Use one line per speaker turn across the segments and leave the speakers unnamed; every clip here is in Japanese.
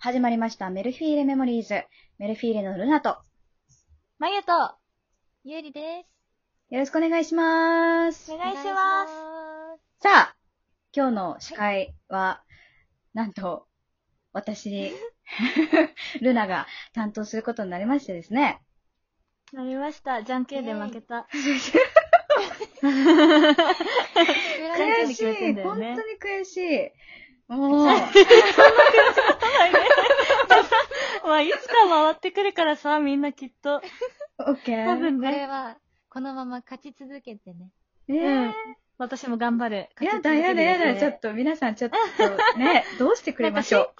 始まりましたメルフィーレメモリーズ。メルフィーレのルナと、よ
まゆと、ゆうりで。
ろしくお願いしますす。
お願いし
お
ます。
さあ、今日の司会は、なんと、私、ルナが担当することになりましてですね。
なりました。じゃんけんで負けた。
悔
悔
し
しい
い、
本
本
当
当に
に
悔しい。もう、
まあ、いつか回ってくるからさ、みんなきっと。
オッケ
多
ー。
分
これ
ね。
は、このまま勝ち続けてね。
えー
私も頑張る。
やだやだやだ、ちょっ
と。
と皆さんちょっとね、どうしてくれ
なんか
まし
進
ょ
行
う。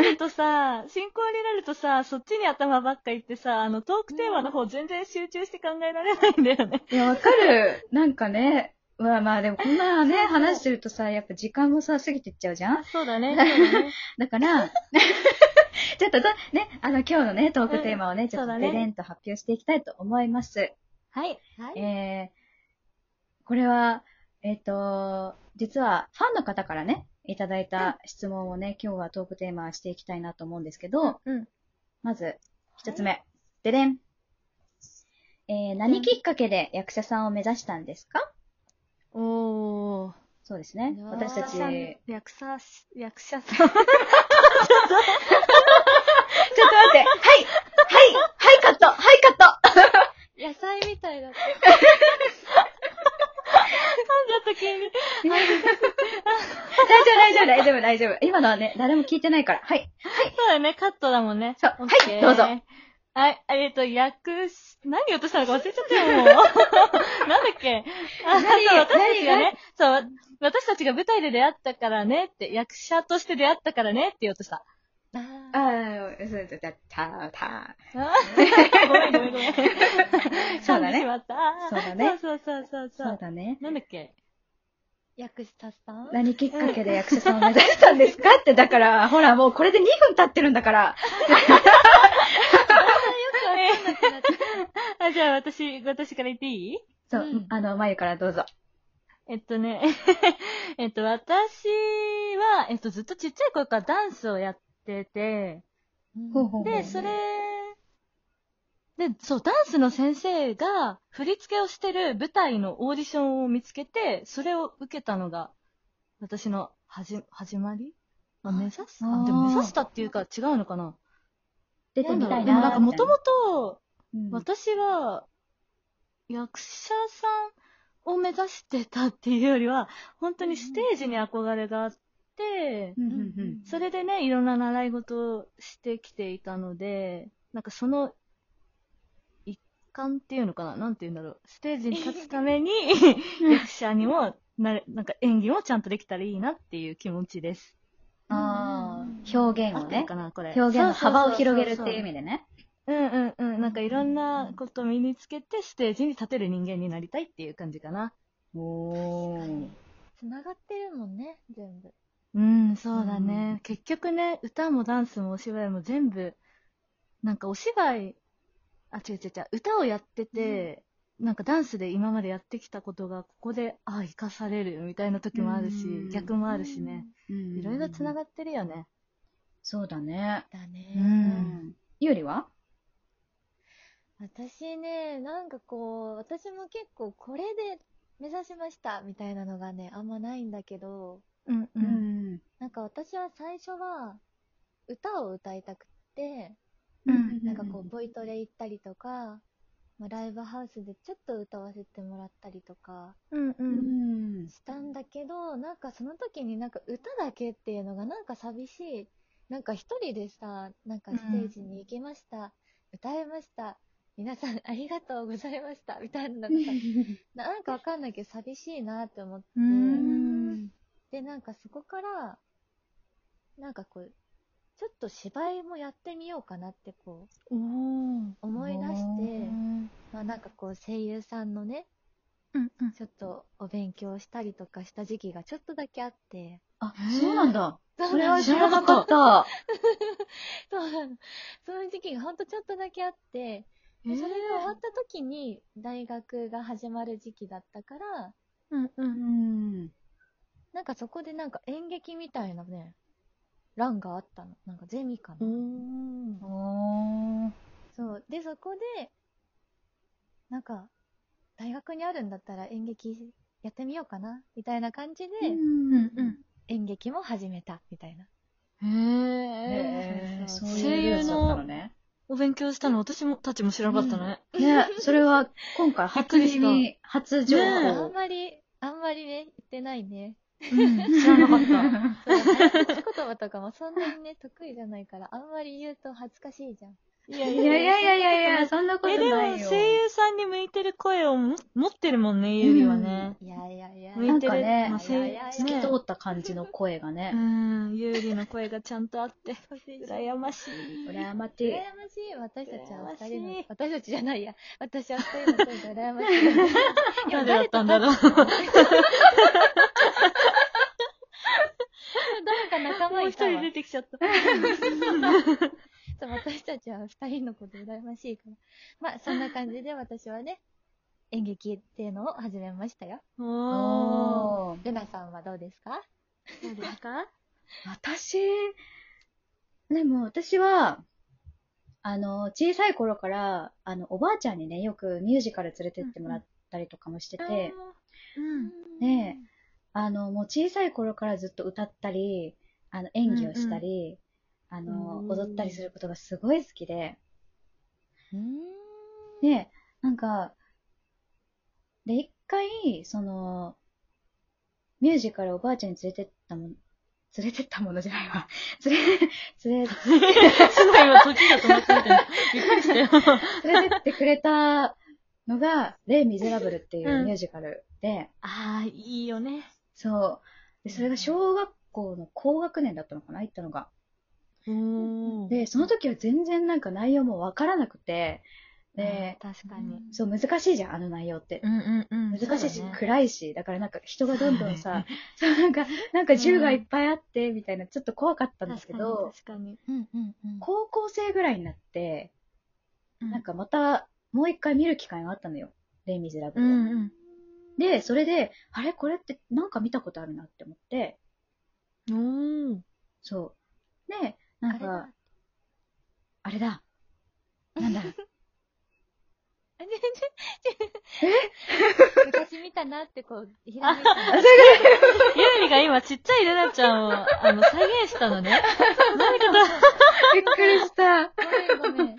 になるとさ、進行になるとさ、そっちに頭ばっかいってさ、あの、トークテーマの方全然集中して考えられないんだよね。
いや、わかる。 なんかね、まあまあでもこんなね、話してるとさ、やっぱ時間もさ、過ぎてっちゃうじゃん
そうだ ね。そうだね
だ から、ちょっとだね、あの、今日のね、トークテーマをね、ちょっ
そ
と
うだ
デ
ね
レンと発表していきたいと思います。
はい。
はい。
えー、これは、えっ、と、実はファンの方からね、いただいた質問をね、今日はトークテーマしていきたいなと思うんですけど、
うん。
まず、一つ目。ででん。えー、何きっかけで役者さんを目指したんですか
おー。
そうですね。
うわー
私たち、ちょっと待
役者、役者 さん。
って、はいはいはいカットはいカ ット
野菜みたいだった。
だった急に。
大丈夫大丈夫大丈夫大丈夫。今のはね、誰も聞いてないから。はい。
そうだね、カットだもんね。
そう
オッケー
はいどうぞ
はい、えっ、と、役し、何言おうとしたのか忘れちゃったよ、もう。 なんだっけあ、そう、
何
私たちがね、そう、わ私たちが舞台で出会ったからねって、役者として出会ったからねって言おうとした。
あ
あ
ー、そうだ、た、た。
あごめんごめんごめん。
そうだ
噛んでし
ね。
まった。あー
そうだね
そうそうそうそ
そうう。だね。
なんだっけ
薬師さん
何きっかけで役者さんを目指したんですかって、だから、ほら、もうこれで2分経ってるんだから。
あ、じゃあ私、私から言っていい
そう、
うん
あの、まゆからどうぞ。
えっとね、 えっと、私は、えっと、ずっとちっちゃい頃からダンスをやってて、
ほうほうほう
で、それ、で、そう、ダンスの先生が振り付けをしてる舞台のオーディションを見つけて、それを受けたのが、私のはじ、始まりあ目指す
あ
あ
ー
でも目指したっていうか違うのかな
出てみ
だ
た
ろ
いうな
で
ー
もなんかもともと、
みたいな
私は、役者さんを目指してたっていうよりは、本当にステージに憧れがあって、
うん、う、
うん
うんうん。
それでね、いろんな習い事をしてきていたので、なんかその一環っていうのかな、なんて言うんだろう、ステージに立つた めに、役者にもなれ、なんか演技もちゃんとできたらいいなっていう気持ちです。
ああ、
うん
表現
合
を
ってる
ね
か。な、これ。
表現の幅を
そうそう
広
そう
げるっていう意味でね。
うんうんうん。なんかいろんなことを身につけて、ステージに立てる人間になりたいっていう感じかな。
おー。
繋がってるもんね、全部。
うん、そうだ
う
ね。結局ね、歌もダンスもお芝居も全部、なんかお芝居、あ、違う違う違う、歌をやってて、なんかダンスで今までやってきたことが、ここで、あ、生かされるみたいな時もあるし、
うん
逆もあるしね。い
い
ろいろ繋
が
がってるよね。
そうだね。
うん。だね。
うん
ゆうりは
私ね、なんかこう、私も結構これで目指しましたみたいなのがね、あんまないんだけど、
うんう。
うんん。
なんか私は最初は歌を歌いたくて、
うん
なんかこう、ボイトレ行ったりとか、まあ、ライブハウスでちょっと歌わせてもらったりとか
うんう。
うんん。
したんだけど、なんかその時になんか歌だけっていうのがなんか寂しい。なんか一人でさ、なんかステージに行きました、歌いました、皆さんありがとうございました、みたいなのがさななんかわかんないけど寂しいなって思って、
うん。
で、なんかそこから、なんかこう、ちょっと芝居もやってみようかなってこう、
おー。
思い出して
う、ん
まあなんかこう声優さんのね、
うん。
ちょっとお勉強したりとかした時期がちょっとだけあって。
あ、そうなんだ。そ れは知
知
ら
ら
なか
なか
っ。
った
そうなの。その時期がほんとちょっとだけあって、
え
でそれが終わった時に大学が始まる時期だったから、
うんう。
うんん。
なんかそこでなんか演劇みたいなね、欄があったの。なんかゼミかな。
ん
おー。
そう。で、そこで、なんか、大学にあるんだったら演劇やってみようかな、みたいな感じで、
うんうん。
演劇も始めた、みたいな。
へ
へ
ー
ーそう
声
いう
優
やつだったの
の
ね。
お勉強したの私もたちも知らなかったね。
ね、それは今回
びっ
初
くりした
耳、初情
ね
あ
報
ん。まり、あんまりね、言ってないね。
うん知らなかった。
そう早口言葉とかもそんなに ね、得意じゃないから、あんまり言うと恥ずかしいじゃん。
いや
いやいやいやいやいや、そんなこと
え、でも
ないよ。
声優さんに向いてる声をも持ってるもんね、ゆりはね。
いやいやいや。
向いてる。
なんかね
まあ声
いやいやいや
透き
ね
通った感じの声が
う
ね。
ん、ゆりの声がちゃんとあって、
羨
羨ましい。
羨まし
羨
い。
ましい。私たちは二
羨
人
まし
の
い、
私たちじゃないや。私は二人の声が羨ましい。い
誰
や
だったんだろう。
誰か仲間
もう
い
一
たわ。
人出てきちゃった。
そう私たちは二人のこと羨ましいから。まあ、そんな感じで私はね、演劇っていうのを始めましたよ。
おー。
ー
ルナさんはどうですか
どうですか
私、でも私は、あの、小さい頃から、あの、おばあちゃんにね、よくミュージカル連れてってもらったりとかもしてて、
うん。
ねあの、もう小さい頃からずっと歌ったり、あの、演技をしたり、あの、
うん
踊ったりすることがすごい好きで、
うーん。
で、なんか、で、一回、その、ミュージカルをおばあちゃんに連れてったもん、連れてったものじゃないわ。 連れ、連れ、
すごい今時が止まったみたいな。びっくりしたよ。
連れてってくれたのが、レイ・ミゼラブルっていううんミュージカルで、
あー、いいよね。
そう。で、それが小学校の高学年だったのかな行ったのが。
お
で、その時は全然なんか内容もわからなくて、で、
確かに。
そう、難しいじゃん、あの内容って。
んうんうん
難しいし、
そうだね
暗いし、だからなんか人がどんどんさ、 そう、なんか、なんか銃がいっぱいあって、みたいな、ちょっと怖かったんですけど、
確かに。
うんうんうん。
高校生ぐらいになって、
確
なん、かまた、もう一回見る機会があったのよ。レイ・ミゼラブ
う
ルを。
んうん。
で、それで、あれこれってなんか見たことあるなって思って、
おー。
そう。で、なんか、あれだ。なん だ。
あれだ昔見たなってこう、ひらめいた。
ゆうりが今ちっちゃいルナちゃんを、あの、再現したのね。 何かだ。
びっくりした。
ごめんごめん。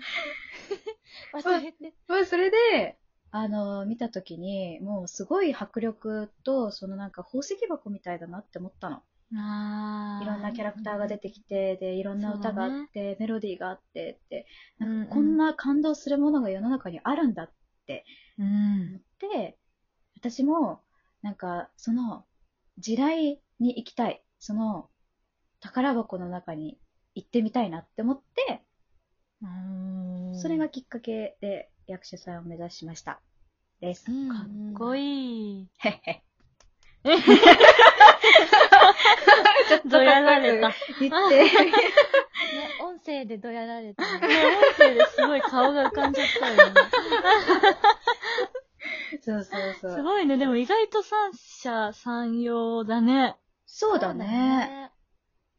忘れて。
まあ、それで、あの、見たときに、もうすごい迫力と、そのなんか宝石箱みたいだなって思ったの。
あ
いろんなキャラクターが出てきて、で、いろんな歌があって、メロディーがあってって、なんかこんな感動するものが世の中にあるんだっ
うん。
で、私も、なんか、その、時代に行きたい。その、宝箱の中に行ってみたいなって思って、それが
か
きっかけで役者さんを目指しました。です。
っこ
い。
いい。
へへ。
どやられ た。
言って、
ね、音声でどやられた。
もう音声ですごい顔が浮かんじゃったよね。
そうそうそ
す
う。
ごいね。でも意外と三者三様だね。
そうだね。。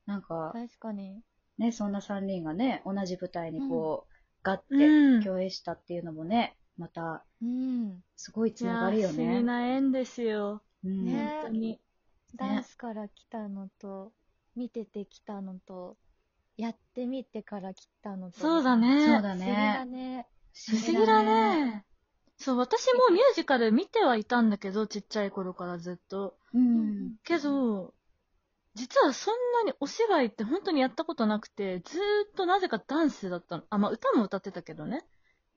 なんか、
確かに。
ね、そんな3人がね、同じ舞台にこう、がって
うん
共演したっていうのもね、また、
うん。
すごい
い
つな
や
がる
ー
よ
不思議
ね。
な縁ですよ。
うん
ね
本当に。
ダンスから来たのと、見てて来たのと、やってみてから来たのと。
そうだ
そうだ
ね。
不思議だ
ね。
ね。
不思議だね。そう、私もミュージカル見てはいたんだけど、ちっちゃい頃からずっと。
う。。
うん
けど、実はそんなにお芝居って本当にやったことなくて、ずーっとなぜかダンスだったの。あ、まあ歌も歌ってたけどね。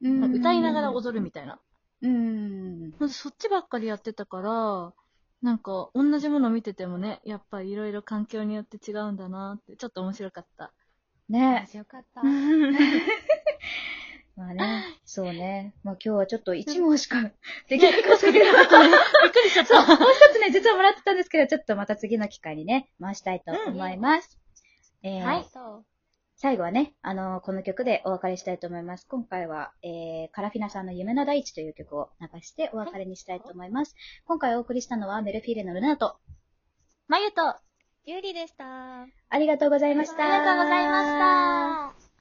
うん
歌いながら踊るみたいな。
うん。
ほんとそっちばっかりやってたから、なんか同じもの見ててもね、やっぱいろいろ環境によって違うんだなって、ちょっと面白かった。
ね
面白かった。
まあね、そうね。まあ今日はちょっと一問しかできなかったけど、
びっくりしちゃった。
もう一つね、実はもらってたんですけど、ちょ っとまた次の機会にね、回したいと思います。えー
はい。そう。
最後はね、あのーこの曲でお別れしたいと思います。今回は、えー、カラフィナさんの夢の大地という曲を流してお別れにしたいと思います。今回お送りしたのはメルフィーレのルナート。
まゆと、
ゆうりでした。あ
ありがとうございました。
りがとうございました。